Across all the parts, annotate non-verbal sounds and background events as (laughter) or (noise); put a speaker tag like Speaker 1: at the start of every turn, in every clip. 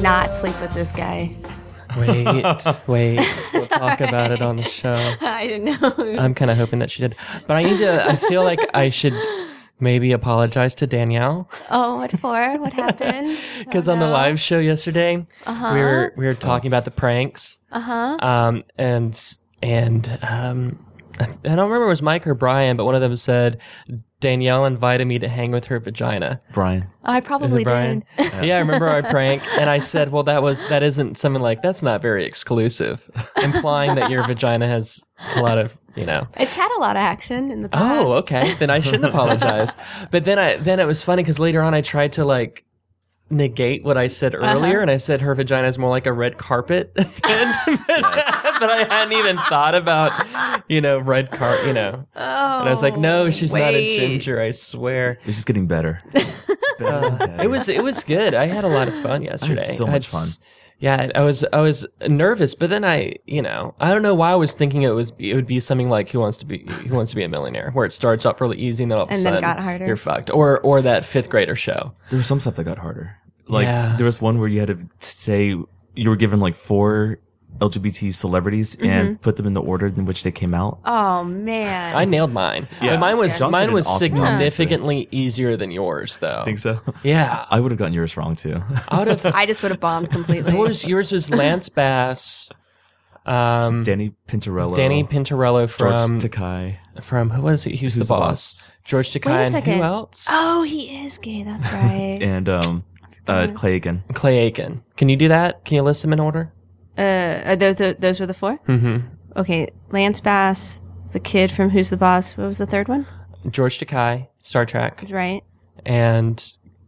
Speaker 1: not sleep with this guy.
Speaker 2: Wait, wait. We'll talk about it on the show.
Speaker 1: (laughs) I didn't know.
Speaker 2: I'm kind of hoping that she did. But I need to, I feel like I should maybe apologize to Danielle.
Speaker 1: oh, what for?
Speaker 2: (laughs)
Speaker 1: What happened?
Speaker 2: Because on the live show yesterday, we were we were talking about the pranks, uh-huh. um, and and um, I don't remember if it was Mike or Brian, but one of them said Danielle invited me to hang with her vagina.
Speaker 3: Brian.
Speaker 1: Oh, I
Speaker 2: Is it
Speaker 1: probably
Speaker 2: Brian?
Speaker 1: did.
Speaker 2: Yeah. I remember our prank, and I said, "Well, that was that isn't something like that's not very exclusive," implying that your vagina has a lot of you know
Speaker 1: It's had a lot of action in the past.
Speaker 2: Oh, okay. Then I shouldn't apologize. But then I then it was funny because later on I tried to like negate what I said
Speaker 1: Uh-huh.
Speaker 2: earlier, and I said her vagina is more like a red carpet. (laughs) than- but I hadn't even thought about you know red car. You know, and I was like, no, she's not a
Speaker 1: wait.
Speaker 2: ginger. I swear.
Speaker 3: It's just getting better. Better.
Speaker 2: It was it was good. I had a lot of fun yesterday.
Speaker 3: so much
Speaker 2: s-
Speaker 3: fun.
Speaker 2: Yeah, I was I was nervous, but then I, you know, I don't know why I was thinking it was it would be something like Who Wants to Be Who Wants to Be a Millionaire, where it starts off really easy and then all of a
Speaker 1: And then
Speaker 2: sudden
Speaker 1: got harder.
Speaker 2: you're fucked, or or that fifth grader show.
Speaker 3: there was some stuff that got harder. Like
Speaker 2: Yeah.
Speaker 3: there was one where you had to say you were given like four LGBT celebrities and put them in the order in which they came out.
Speaker 1: Oh man.
Speaker 2: I nailed mine.
Speaker 3: Yeah,
Speaker 2: But mine was
Speaker 3: John did
Speaker 2: mine
Speaker 3: an
Speaker 2: was
Speaker 3: awesome job yesterday.
Speaker 2: significantly easier than yours, though.
Speaker 3: think so.
Speaker 2: Yeah,
Speaker 3: I would have gotten yours wrong too.
Speaker 2: out of
Speaker 1: I just would have
Speaker 2: (laughs)
Speaker 1: bombed completely.
Speaker 2: yours yours was Lance Bass, um,
Speaker 3: Danny Pintarello.
Speaker 2: Danny um, Pintarello
Speaker 3: Oh. George
Speaker 2: from
Speaker 3: Takai.
Speaker 2: from who was he? He was the
Speaker 3: Who's the
Speaker 2: boss. George Takei
Speaker 1: Wait a
Speaker 2: and
Speaker 1: second.
Speaker 2: who else?
Speaker 1: oh, he is gay. That's
Speaker 2: (laughs)
Speaker 1: right.
Speaker 3: And um uh Clay again.
Speaker 2: Clay Aiken. Can you do that? Can you list them in order?
Speaker 1: uh, those those were the 4 Mm-hmm. Okay, Lance Bass, the kid from Who's the Boss. What was the third one?
Speaker 2: George Takei, Star Trek,
Speaker 1: That's right.
Speaker 2: and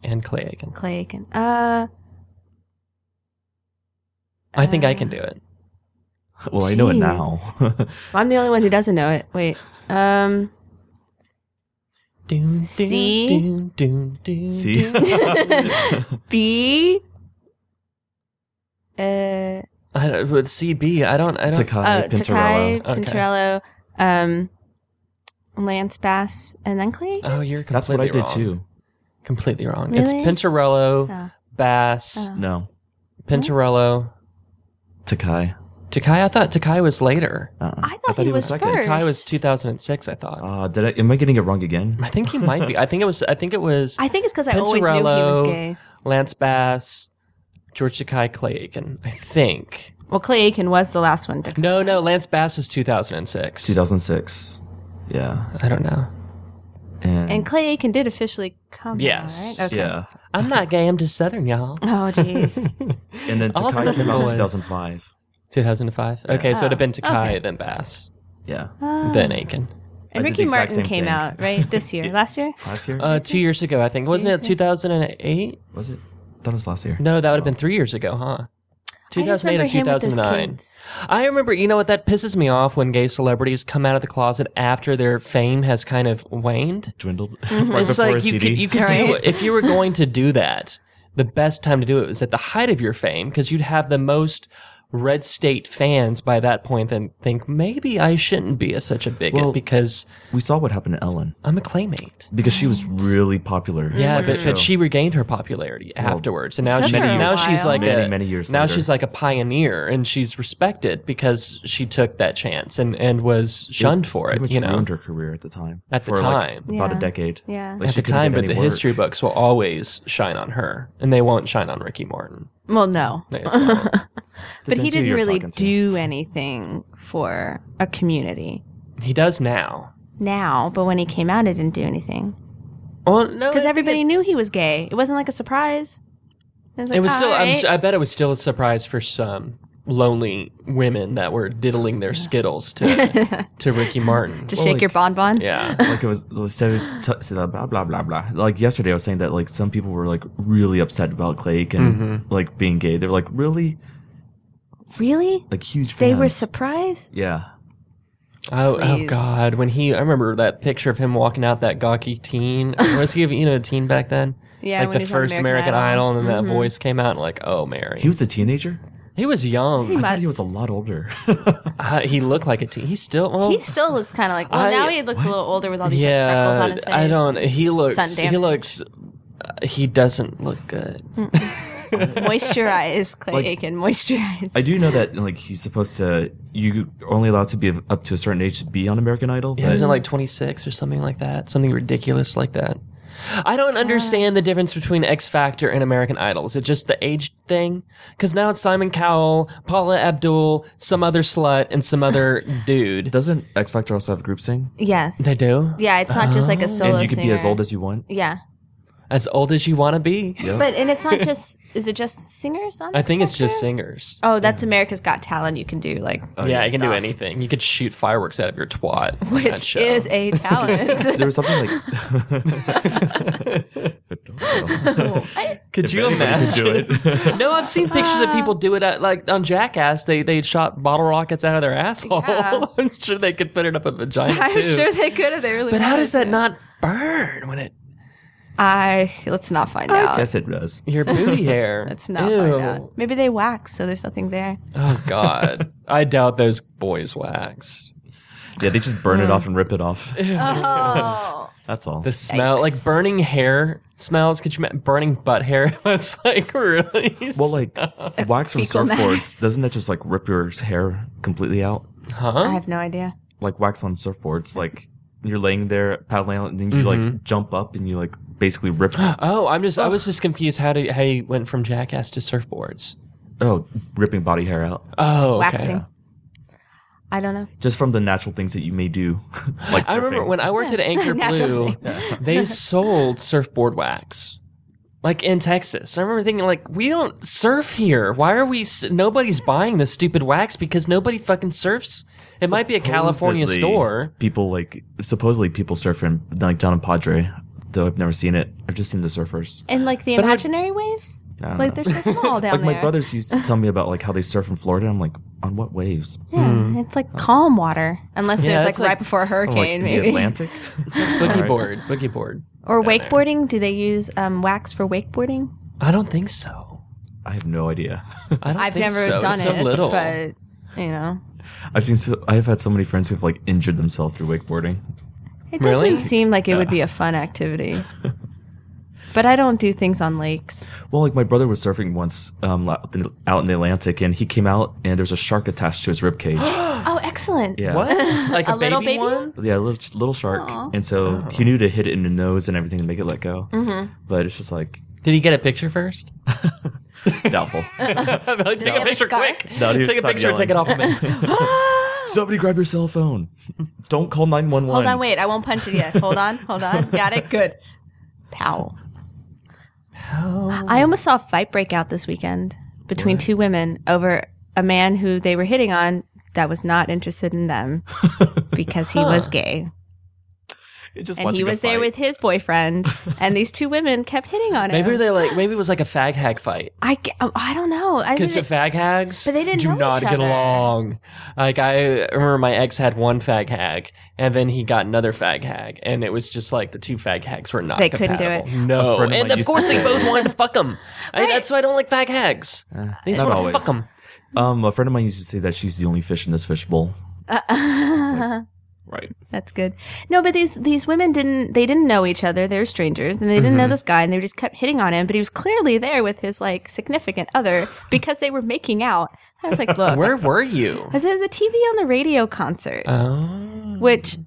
Speaker 2: and Clay Aiken.
Speaker 1: Clay Aiken. Uh,
Speaker 2: I think I can do it.
Speaker 3: Well, I know it
Speaker 1: Gee.
Speaker 3: now. (laughs)
Speaker 1: I'm the only one who doesn't know it. Wait. Um,
Speaker 2: Doom, doom,
Speaker 1: See?
Speaker 2: doom, doom, doom, (laughs)
Speaker 3: See?
Speaker 2: doom.
Speaker 1: (laughs) B. Uh,
Speaker 2: I don't, with CB, I don't. I don't.
Speaker 3: Takai
Speaker 1: oh, Takai
Speaker 3: Pintarello.
Speaker 2: Okay.
Speaker 1: Pintarello, um, Lance Bass, and then Clay. Aiken?
Speaker 2: Oh, you're completely
Speaker 3: That's what I did
Speaker 2: wrong.
Speaker 3: too.
Speaker 2: Completely wrong. It's
Speaker 1: Really?
Speaker 2: Pintarello,
Speaker 3: Uh,
Speaker 1: Oh.
Speaker 2: Bass,
Speaker 3: No.
Speaker 2: Pintarello,
Speaker 3: Takai.
Speaker 2: Takai. I thought Takai was later.
Speaker 3: Uh-uh.
Speaker 1: Oh, I thought he was first.
Speaker 2: Takai was 2006. I thought.
Speaker 3: Uh, did I, am I getting it wrong again?
Speaker 2: I think he might be. I think it was. I think it was.
Speaker 1: I think it's because (laughs) I always knew he was
Speaker 2: Pintarello,
Speaker 1: gay.
Speaker 2: Lance Bass, George Takai, Clay Aiken. I think.
Speaker 1: Well, Clay Aiken was the last one to come.
Speaker 2: No, no, Lance Bass was 2006.
Speaker 3: 2006. Yeah.
Speaker 2: I don't know.
Speaker 3: And,
Speaker 1: And Clay Aiken did officially come.
Speaker 2: Yes.
Speaker 1: Out, right? Okay.
Speaker 3: Mm-hmm. yeah.
Speaker 2: I'm not gay. I'm just Southern, y'all.
Speaker 1: Oh,
Speaker 3: (laughs)
Speaker 1: jeez.
Speaker 3: And then
Speaker 2: Also
Speaker 3: Takai came out in
Speaker 2: boys.
Speaker 3: 2005.
Speaker 2: 2005. Okay, so it'd have been Takai,
Speaker 1: Oh. okay. Oh.
Speaker 2: then Bass,
Speaker 3: Yeah.
Speaker 2: then Aiken.
Speaker 1: And
Speaker 3: I did the
Speaker 1: Ricky
Speaker 3: exact
Speaker 1: Martin
Speaker 3: same
Speaker 1: came
Speaker 3: thing.
Speaker 1: out, right? This
Speaker 3: (laughs)
Speaker 1: year, last year?
Speaker 3: Last year?
Speaker 2: Uh, two years ago, I think. Wasn't it 2008?
Speaker 3: was it? I thought it was last year.
Speaker 2: No, that would have been three years ago, huh?
Speaker 1: I just
Speaker 2: 2008 or
Speaker 1: remember him with those
Speaker 2: 2009.
Speaker 1: kids.
Speaker 2: I remember, you know what, that pisses me off when gay celebrities come out of the closet after their fame has kind of waned.
Speaker 3: Dwindled (laughs) right
Speaker 2: Mm-hmm. it's
Speaker 3: before
Speaker 2: like
Speaker 3: a
Speaker 2: you
Speaker 3: CD.
Speaker 2: could you could do
Speaker 1: Right.
Speaker 2: if you were going to do that, the best time to do it was at the height of your fame because you'd have the most red state fans by that point. Then think maybe I shouldn't be a, such a bigot
Speaker 3: Well-
Speaker 2: because
Speaker 3: we saw what happened to Ellen
Speaker 2: I'm a claymate.
Speaker 3: because she was really popular.
Speaker 2: Yeah, but,
Speaker 3: Sure.
Speaker 2: but she regained her popularity afterwards, and now
Speaker 1: took
Speaker 2: she's
Speaker 1: her a
Speaker 2: now she's
Speaker 1: while.
Speaker 2: like
Speaker 3: Many,
Speaker 2: a,
Speaker 3: many years
Speaker 2: now
Speaker 3: later.
Speaker 2: she's like a pioneer, and she's respected because she took that chance and and was shunned for
Speaker 3: pretty
Speaker 2: it.
Speaker 3: much
Speaker 2: You know,
Speaker 3: ruined her career at the time.
Speaker 2: At the
Speaker 3: for like
Speaker 2: time.
Speaker 3: about
Speaker 1: Yeah.
Speaker 3: a decade.
Speaker 1: Yeah.
Speaker 3: Like
Speaker 2: at
Speaker 3: she
Speaker 2: the
Speaker 3: couldn't
Speaker 2: time,
Speaker 3: get
Speaker 2: but
Speaker 3: any
Speaker 2: the
Speaker 3: work.
Speaker 2: history books will always shine on her, and they won't shine on Ricky Martin.
Speaker 1: Well, no. (laughs)
Speaker 2: They just won't.
Speaker 1: But he
Speaker 3: Depends who
Speaker 1: didn't
Speaker 3: you're
Speaker 1: really
Speaker 3: talking to.
Speaker 1: do anything for a community
Speaker 2: He does now.
Speaker 1: now, but when he came out, it didn't do anything.
Speaker 2: Well, no,
Speaker 1: Because
Speaker 2: it-
Speaker 1: everybody
Speaker 2: It,
Speaker 1: knew he was gay. It wasn't like a surprise. It was, like,
Speaker 2: it was
Speaker 1: "All
Speaker 2: still. I'm
Speaker 1: right."
Speaker 2: s- I bet it was still a surprise for some lonely women that were diddling their skittles to
Speaker 1: (laughs)
Speaker 2: to Ricky Martin.
Speaker 1: to shake your bonbon.
Speaker 2: yeah,
Speaker 3: like it was like, so it was t- so the blah blah blah blah. Like yesterday, I was saying that like some people were like really upset about Clay and
Speaker 2: Mm-hmm.
Speaker 3: like being gay. They were like really
Speaker 1: Really?
Speaker 3: like huge.
Speaker 1: They were
Speaker 3: fans.
Speaker 1: surprised?
Speaker 3: yeah.
Speaker 2: Oh, oh
Speaker 1: Please.
Speaker 2: God! When he, I remember that picture of him walking out that gawky teen. or was he, you know, a teen back then?
Speaker 1: (laughs) Yeah,
Speaker 2: like
Speaker 1: when
Speaker 2: the
Speaker 1: he was on
Speaker 2: first
Speaker 1: American
Speaker 2: American,
Speaker 1: Idol. Mm-hmm.
Speaker 2: Idol, and then that voice came out, and like, oh Mary,
Speaker 3: He
Speaker 2: he,
Speaker 3: was a teenager.
Speaker 2: was young.
Speaker 3: I
Speaker 2: He,
Speaker 3: thought he was a lot older. (laughs)
Speaker 2: he looked like a teen. He still, well,
Speaker 1: He still looks kind of like. Well,
Speaker 2: I-
Speaker 1: now he looks a little older with all these like,
Speaker 2: yeah,
Speaker 1: freckles on (laughs) his face.
Speaker 2: I don't. He looks.
Speaker 1: Sun
Speaker 2: He
Speaker 1: damage.
Speaker 2: looks. Uh, he doesn't look good.
Speaker 1: moisturize Clay
Speaker 3: Like-
Speaker 1: Aiken. Moisturize.
Speaker 3: I do know that like he's supposed to. You are only allowed to be of- up to a certain age to be on American Idol.
Speaker 2: Yeah,
Speaker 3: but-
Speaker 2: isn't it like 26 or something like that? Something ridiculous like that. I don't understand the difference between X Factor and American Idol. Is it just the age thing? Because now it's Simon Cowell, Paula Abdul, some other slut, and
Speaker 1: (laughs)
Speaker 2: some other dude.
Speaker 3: doesn't X Factor also have group sing?
Speaker 1: (laughs) yes.
Speaker 2: They do?
Speaker 1: yeah, it's not
Speaker 2: Oh.
Speaker 1: just like a solo
Speaker 3: and you could be as
Speaker 1: singer.
Speaker 3: old as you want.
Speaker 1: Yeah.
Speaker 2: As old as you want to be.
Speaker 1: But and it's not just (laughs) is it just singers on
Speaker 2: I think
Speaker 1: X
Speaker 2: it's
Speaker 1: (laughs)
Speaker 2: just
Speaker 1: Factor?
Speaker 2: singers.
Speaker 1: Oh, that's America's Got Talent. You can do like
Speaker 2: yeah,
Speaker 3: yeah.
Speaker 2: I can do
Speaker 1: Oh, Stuff.
Speaker 2: anything. You could shoot fireworks out of your twat. on that
Speaker 1: which
Speaker 2: show.
Speaker 1: is
Speaker 2: (laughs)
Speaker 1: a talent.
Speaker 3: There was something like. (laughs)
Speaker 2: Could you imagine? no, I've seen pictures of people do it at, like on Jackass. They they shot bottle rockets out of their asshole.
Speaker 1: Yeah.
Speaker 2: (laughs) I'm sure they could put it up a vagina
Speaker 1: (laughs) I'm
Speaker 2: too.
Speaker 1: sure they could if they really.
Speaker 2: but how
Speaker 1: wanted
Speaker 2: does that
Speaker 1: to.
Speaker 2: not burn when it
Speaker 1: I let's not find out.
Speaker 3: yes, it does.
Speaker 1: (laughs)
Speaker 2: your booty hair?
Speaker 1: Let's not uh,
Speaker 2: Ew.
Speaker 1: find out. Maybe they wax, so there's nothing there.
Speaker 2: Oh (laughs) God, I doubt those boys waxed.
Speaker 3: Yeah, they just burn it off and rip
Speaker 1: (laughs)
Speaker 3: it off.
Speaker 1: Oh,
Speaker 3: (laughs) That's all.
Speaker 2: The smell,
Speaker 1: Yikes.
Speaker 2: like burning hair smells. Could you imagine burning butt hair? (laughs) That's like really.
Speaker 3: (laughs) well, like wax from
Speaker 1: Fecal matter.
Speaker 3: surfboards, doesn't that just like rip your hair completely out?
Speaker 1: I have no idea.
Speaker 3: Like wax on surfboards, like you're laying there paddling out, and then you like jump up and you like basically (gasps) rip.
Speaker 2: oh, I'm just. I was just confused how to how you went from Jackass to surfboards.
Speaker 3: oh, ripping body hair out
Speaker 2: Oh, okay.
Speaker 1: Waxing. I don't know.
Speaker 3: just from the natural things that you may do. (laughs) like surfing.
Speaker 2: I remember when I worked at
Speaker 1: (laughs)
Speaker 2: Anchor
Speaker 1: Naturally.
Speaker 2: Blue, (laughs) they sold surfboard wax. Like in Texas, I remember thinking, like, we don't surf here. Why are we? s- Nobody's buying this stupid wax because nobody fucking surfs. It might be a California
Speaker 3: Supposedly,
Speaker 2: store.
Speaker 3: People like supposedly people surfing like John and Padre, though I've never seen it. I've just seen the surfers.
Speaker 1: And like the
Speaker 2: I-
Speaker 1: imaginary waves,
Speaker 3: don't
Speaker 1: like
Speaker 3: know.
Speaker 1: they're so
Speaker 2: (laughs)
Speaker 1: small down
Speaker 3: Like
Speaker 1: there.
Speaker 3: my brothers used to tell me about like how they surf in Florida. I'm like, on what waves?
Speaker 1: Yeah, it's like calm water, unless
Speaker 2: Hmm. Yeah,
Speaker 1: there's like,
Speaker 2: that's like-
Speaker 1: right before a
Speaker 3: I'm
Speaker 1: hurricane,
Speaker 3: like,
Speaker 1: maybe.
Speaker 2: (laughs)
Speaker 3: the Atlantic.
Speaker 2: Boogie board, boogie board.
Speaker 1: Or
Speaker 2: there.
Speaker 1: wakeboarding? Do they use um, wax for wakeboarding?
Speaker 2: I don't think so.
Speaker 3: I have no idea. (laughs)
Speaker 2: I don't
Speaker 1: I've
Speaker 2: think
Speaker 1: never
Speaker 2: so.
Speaker 1: done
Speaker 2: It's so
Speaker 1: it,
Speaker 2: little.
Speaker 1: but you know,
Speaker 3: I've seen. So, I've had so many friends who've like injured themselves through wakeboarding.
Speaker 1: it
Speaker 2: Really?
Speaker 1: doesn't seem like it would be a fun
Speaker 2: (laughs)
Speaker 1: activity. but I don't do things on lakes.
Speaker 3: Well, like my brother was surfing once um, la- out in the Atlantic, and he came out and there's a shark attached to his rib cage.
Speaker 2: (gasps)
Speaker 1: Oh, excellent!
Speaker 2: (laughs)
Speaker 3: Yeah.
Speaker 2: what? Like a,
Speaker 1: A little baby
Speaker 2: one?
Speaker 3: Yeah, a little, little shark. And so
Speaker 2: Oh.
Speaker 3: he knew to hit it in the nose and everything to make it let go.
Speaker 1: Mm-hmm.
Speaker 3: But it's just like
Speaker 2: Did he get a picture (laughs) first?
Speaker 3: doubtful. (laughs)
Speaker 2: Like, take
Speaker 1: have
Speaker 2: a
Speaker 1: a
Speaker 2: picture
Speaker 1: scar?
Speaker 2: quick.
Speaker 3: No, he was
Speaker 2: take a
Speaker 3: just not
Speaker 2: picture. Take it off
Speaker 1: (laughs)
Speaker 2: of me.
Speaker 3: Somebody grab your cell phone. (laughs) Don't call 911.
Speaker 1: Hold on, wait. I won't punch it yet. Hold on, hold
Speaker 2: (laughs)
Speaker 1: on. Got it. Good. Pow. I almost saw a fight break out this weekend between two women over a man who they were hitting on that was not interested in
Speaker 2: (laughs)
Speaker 1: them because he was gay.
Speaker 3: Just
Speaker 1: And
Speaker 3: watching
Speaker 1: he
Speaker 3: a
Speaker 1: was there
Speaker 3: fight.
Speaker 1: with his boyfriend, and these two women kept hitting on him.
Speaker 2: (laughs) (laughs) Maybe they like. Maybe it was like a fag hag fight.
Speaker 1: I, g- oh, I don't know. I
Speaker 2: Because
Speaker 1: didn't-
Speaker 2: fag hags
Speaker 1: But they didn't
Speaker 2: do
Speaker 1: know
Speaker 2: not
Speaker 1: each
Speaker 2: get
Speaker 1: other.
Speaker 2: along. Like I remember my ex had one fag hag and then he got another fag hag and it was just like the two fag hags were not
Speaker 1: They couldn't do
Speaker 2: compatible.
Speaker 1: it.
Speaker 3: A
Speaker 2: No.
Speaker 3: friend of
Speaker 2: And
Speaker 3: mine
Speaker 2: of
Speaker 3: used to
Speaker 2: course they
Speaker 3: say-
Speaker 2: both wanted to fuck them.
Speaker 1: Right.
Speaker 2: That's why I don't like fag hags. They just
Speaker 3: Uh, not
Speaker 2: want to
Speaker 3: always.
Speaker 2: fuck them.
Speaker 3: Um, a friend of mine used to say that she's the only fish in
Speaker 1: (laughs)
Speaker 3: this fishbowl. right.
Speaker 1: That's good. No, but these these women didn't they didn't know each other. They were strangers and they didn't
Speaker 2: Mm-hmm.
Speaker 1: know this guy and they just kept hitting on him, but he was clearly there with his like significant other because they were making out. I was like, look.
Speaker 2: Where (laughs) were you?
Speaker 1: I was at the TV on the radio concert,
Speaker 2: Oh
Speaker 1: which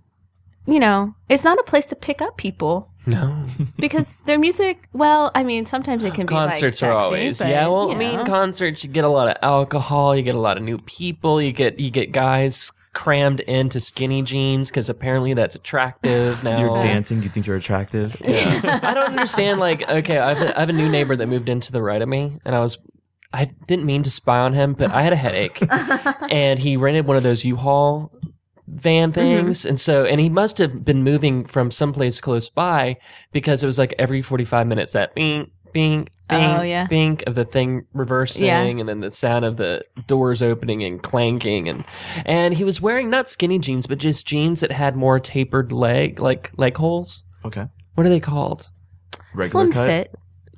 Speaker 1: you know, it's not a place to pick up people
Speaker 2: no. (laughs)
Speaker 1: because their music, well, I mean, sometimes it can be
Speaker 2: Concerts
Speaker 1: like
Speaker 2: are
Speaker 1: sexy,
Speaker 2: always
Speaker 1: but,
Speaker 2: yeah. Well,
Speaker 1: you
Speaker 2: I mean,
Speaker 1: know.
Speaker 2: concerts you get a lot of alcohol, you get a lot of new people, you get you get guys crammed into skinny jeans because apparently that's attractive now.
Speaker 3: (laughs) You're dancing. You think you're attractive.
Speaker 1: (laughs)
Speaker 2: I don't understand. Like, okay, I have, a, I have a new neighbor that moved into the right of me, and I was, I didn't mean to spy on him, but I had a headache,
Speaker 1: (laughs)
Speaker 2: and he rented one of those U-Haul van
Speaker 1: Mm-hmm.
Speaker 2: things, and so, and he must have been moving from someplace close by because it was like every forty-five minutes that bing. Bing, bing,
Speaker 1: Oh, yeah.
Speaker 2: bing of the thing reversing,
Speaker 1: Yeah.
Speaker 2: and then the sound of the doors opening and clanking, and and he was wearing not skinny jeans, but just jeans that had more tapered leg, like leg holes.
Speaker 3: (laughs) Okay.
Speaker 2: What are they called?
Speaker 3: Regular
Speaker 1: slim
Speaker 3: cut.
Speaker 1: fit.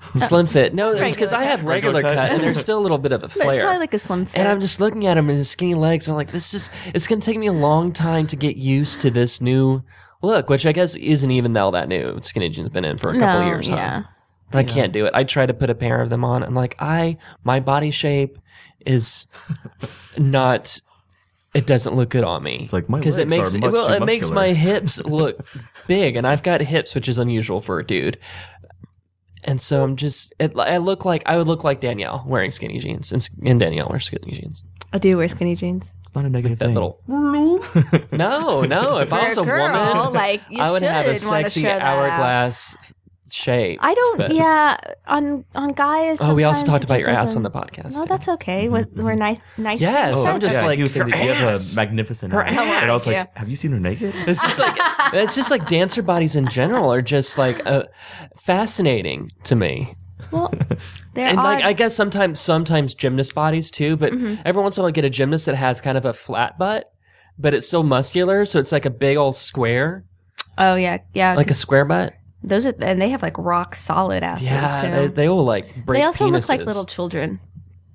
Speaker 2: (laughs) Slim fit. No, it's because
Speaker 1: Regular
Speaker 2: I have regular,
Speaker 3: Regular
Speaker 2: cut,
Speaker 3: cut.
Speaker 2: and there's still a little bit of
Speaker 1: (laughs)
Speaker 2: a
Speaker 1: But
Speaker 2: flare.
Speaker 1: it's probably like a slim fit.
Speaker 2: and I'm just looking at him and his skinny legs. I'm like, this just it's gonna take me a long time to get used to this new look, which I guess isn't even all that new. Skinny jean's been in for a couple
Speaker 1: no,
Speaker 2: years. huh?
Speaker 1: yeah.
Speaker 2: but I can't do it. I try to put a pair of them on. I'm like, I, my body shape
Speaker 3: (laughs)
Speaker 2: is not, it doesn't look good on me. It's
Speaker 3: like, my
Speaker 2: it
Speaker 3: legs
Speaker 2: makes,
Speaker 3: are much
Speaker 2: well,
Speaker 3: too
Speaker 2: it makes
Speaker 3: muscular.
Speaker 2: my hips
Speaker 3: (laughs)
Speaker 2: look big and I've got hips, which is unusual for a dude. And so I'm just, it, I look like, I would look like Danielle wearing skinny jeans and, s- and Danielle wears skinny jeans.
Speaker 1: I do wear skinny jeans.
Speaker 3: It's not a negative
Speaker 2: That
Speaker 3: thing. (laughs)
Speaker 2: little, no, no. If I was
Speaker 1: For
Speaker 2: a
Speaker 1: a girl,
Speaker 2: woman,
Speaker 1: like you
Speaker 2: (laughs) I would
Speaker 1: should
Speaker 2: have a
Speaker 1: want to
Speaker 2: sexy
Speaker 1: show that out.
Speaker 2: hourglass shape.
Speaker 1: I don't.
Speaker 2: but-
Speaker 1: yeah, on on guys.
Speaker 2: Oh, we also
Speaker 1: sometimes
Speaker 2: talked
Speaker 1: it
Speaker 2: about
Speaker 1: just
Speaker 2: your ass
Speaker 1: doesn't-
Speaker 2: on the podcast.
Speaker 1: No, that's okay. We're, we're nice. Nice.
Speaker 2: Yes,
Speaker 1: things.
Speaker 2: I'm just
Speaker 3: yeah,
Speaker 2: like,
Speaker 3: he was saying
Speaker 2: her
Speaker 3: that you have
Speaker 2: ass.
Speaker 3: a magnificent
Speaker 2: Her
Speaker 3: ass.
Speaker 2: ass.
Speaker 3: And I was like,
Speaker 1: Yeah.
Speaker 3: have you seen her naked?
Speaker 2: It's just like it's just like dancer bodies in general are just like uh, fascinating to me.
Speaker 1: Well,
Speaker 2: (laughs)
Speaker 1: there
Speaker 2: And
Speaker 1: are. Mm-hmm.
Speaker 2: like I guess sometimes sometimes gymnast bodies too, but every once in a while I get a gymnast that has kind of a flat butt, but it's still muscular, so it's like a big old square,
Speaker 1: oh yeah, yeah.
Speaker 2: like a square butt.
Speaker 1: those are, and they have like rock solid asses
Speaker 2: Yeah,
Speaker 1: too.
Speaker 2: they, they all like break.
Speaker 1: They also look like
Speaker 2: penises.
Speaker 1: little children.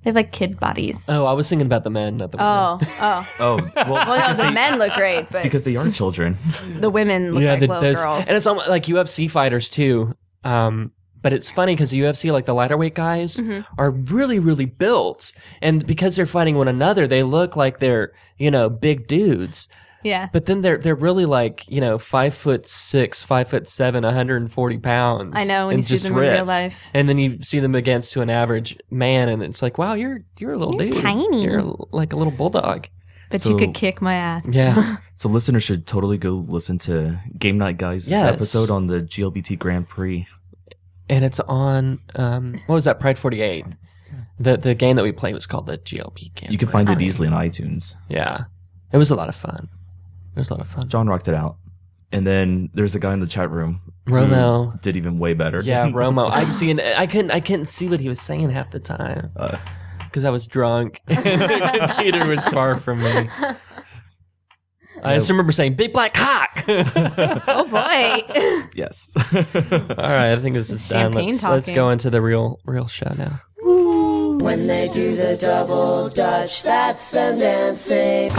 Speaker 1: They have like kid
Speaker 2: (laughs)
Speaker 1: bodies.
Speaker 2: Oh, I was thinking about the men, not the women.
Speaker 1: Oh, oh.
Speaker 3: Oh,
Speaker 2: (laughs)
Speaker 3: well, it's
Speaker 1: Well, no,
Speaker 3: because,
Speaker 1: the
Speaker 3: they,
Speaker 1: men look great, but
Speaker 3: because they are children.
Speaker 1: the women look like
Speaker 2: the-
Speaker 1: little
Speaker 2: there's-
Speaker 1: girls.
Speaker 2: and it's almost like UFC fighters too. Um, but it's funny because UFC, like the lighter weight guys,
Speaker 1: Mm-hmm.
Speaker 2: are really, really built, and because they're fighting one another, they look like they're you know big dudes.
Speaker 1: Yeah.
Speaker 2: But then they're they're really like you know five foot six, five foot seven, 140 pounds.
Speaker 1: I know, when
Speaker 2: and
Speaker 1: you see
Speaker 2: just
Speaker 1: them in real
Speaker 2: ripped.
Speaker 1: life.
Speaker 2: and then you see them against to an average man, and it's like, wow, you're you're a little dude,
Speaker 1: tiny.
Speaker 2: you're a- like a little
Speaker 1: (laughs)
Speaker 2: bulldog.
Speaker 1: but you
Speaker 3: so-
Speaker 1: could kick my ass.
Speaker 2: Yeah,
Speaker 3: So listeners should totally go listen to Game Night Guys'
Speaker 2: Yes.
Speaker 3: episode on the GLBT Grand Prix.
Speaker 2: and it's on um, what was that Pride 48? The the game that we played was called the GLP game.
Speaker 3: You can find it easily on iTunes.
Speaker 2: yeah, it was a lot of fun. It was a lot of fun.
Speaker 3: John rocked it out. And then there's a guy in the chat room. who
Speaker 2: Romo.
Speaker 3: Did even way better.
Speaker 2: (laughs) Yeah, Romo. I see. An, I couldn't. I couldn't see what he was saying half the time because I was drunk. (laughs) Peter was far from me. I just remember saying "big black cock." (laughs) All
Speaker 1: Oh
Speaker 2: (laughs)
Speaker 1: boy.
Speaker 3: (laughs) Yes. (laughs)
Speaker 2: right, I think this is done.
Speaker 1: Champagne
Speaker 2: Let's, let's
Speaker 1: talking.
Speaker 2: go into the real real show now.
Speaker 4: When they do the double dutch, that's them dancing.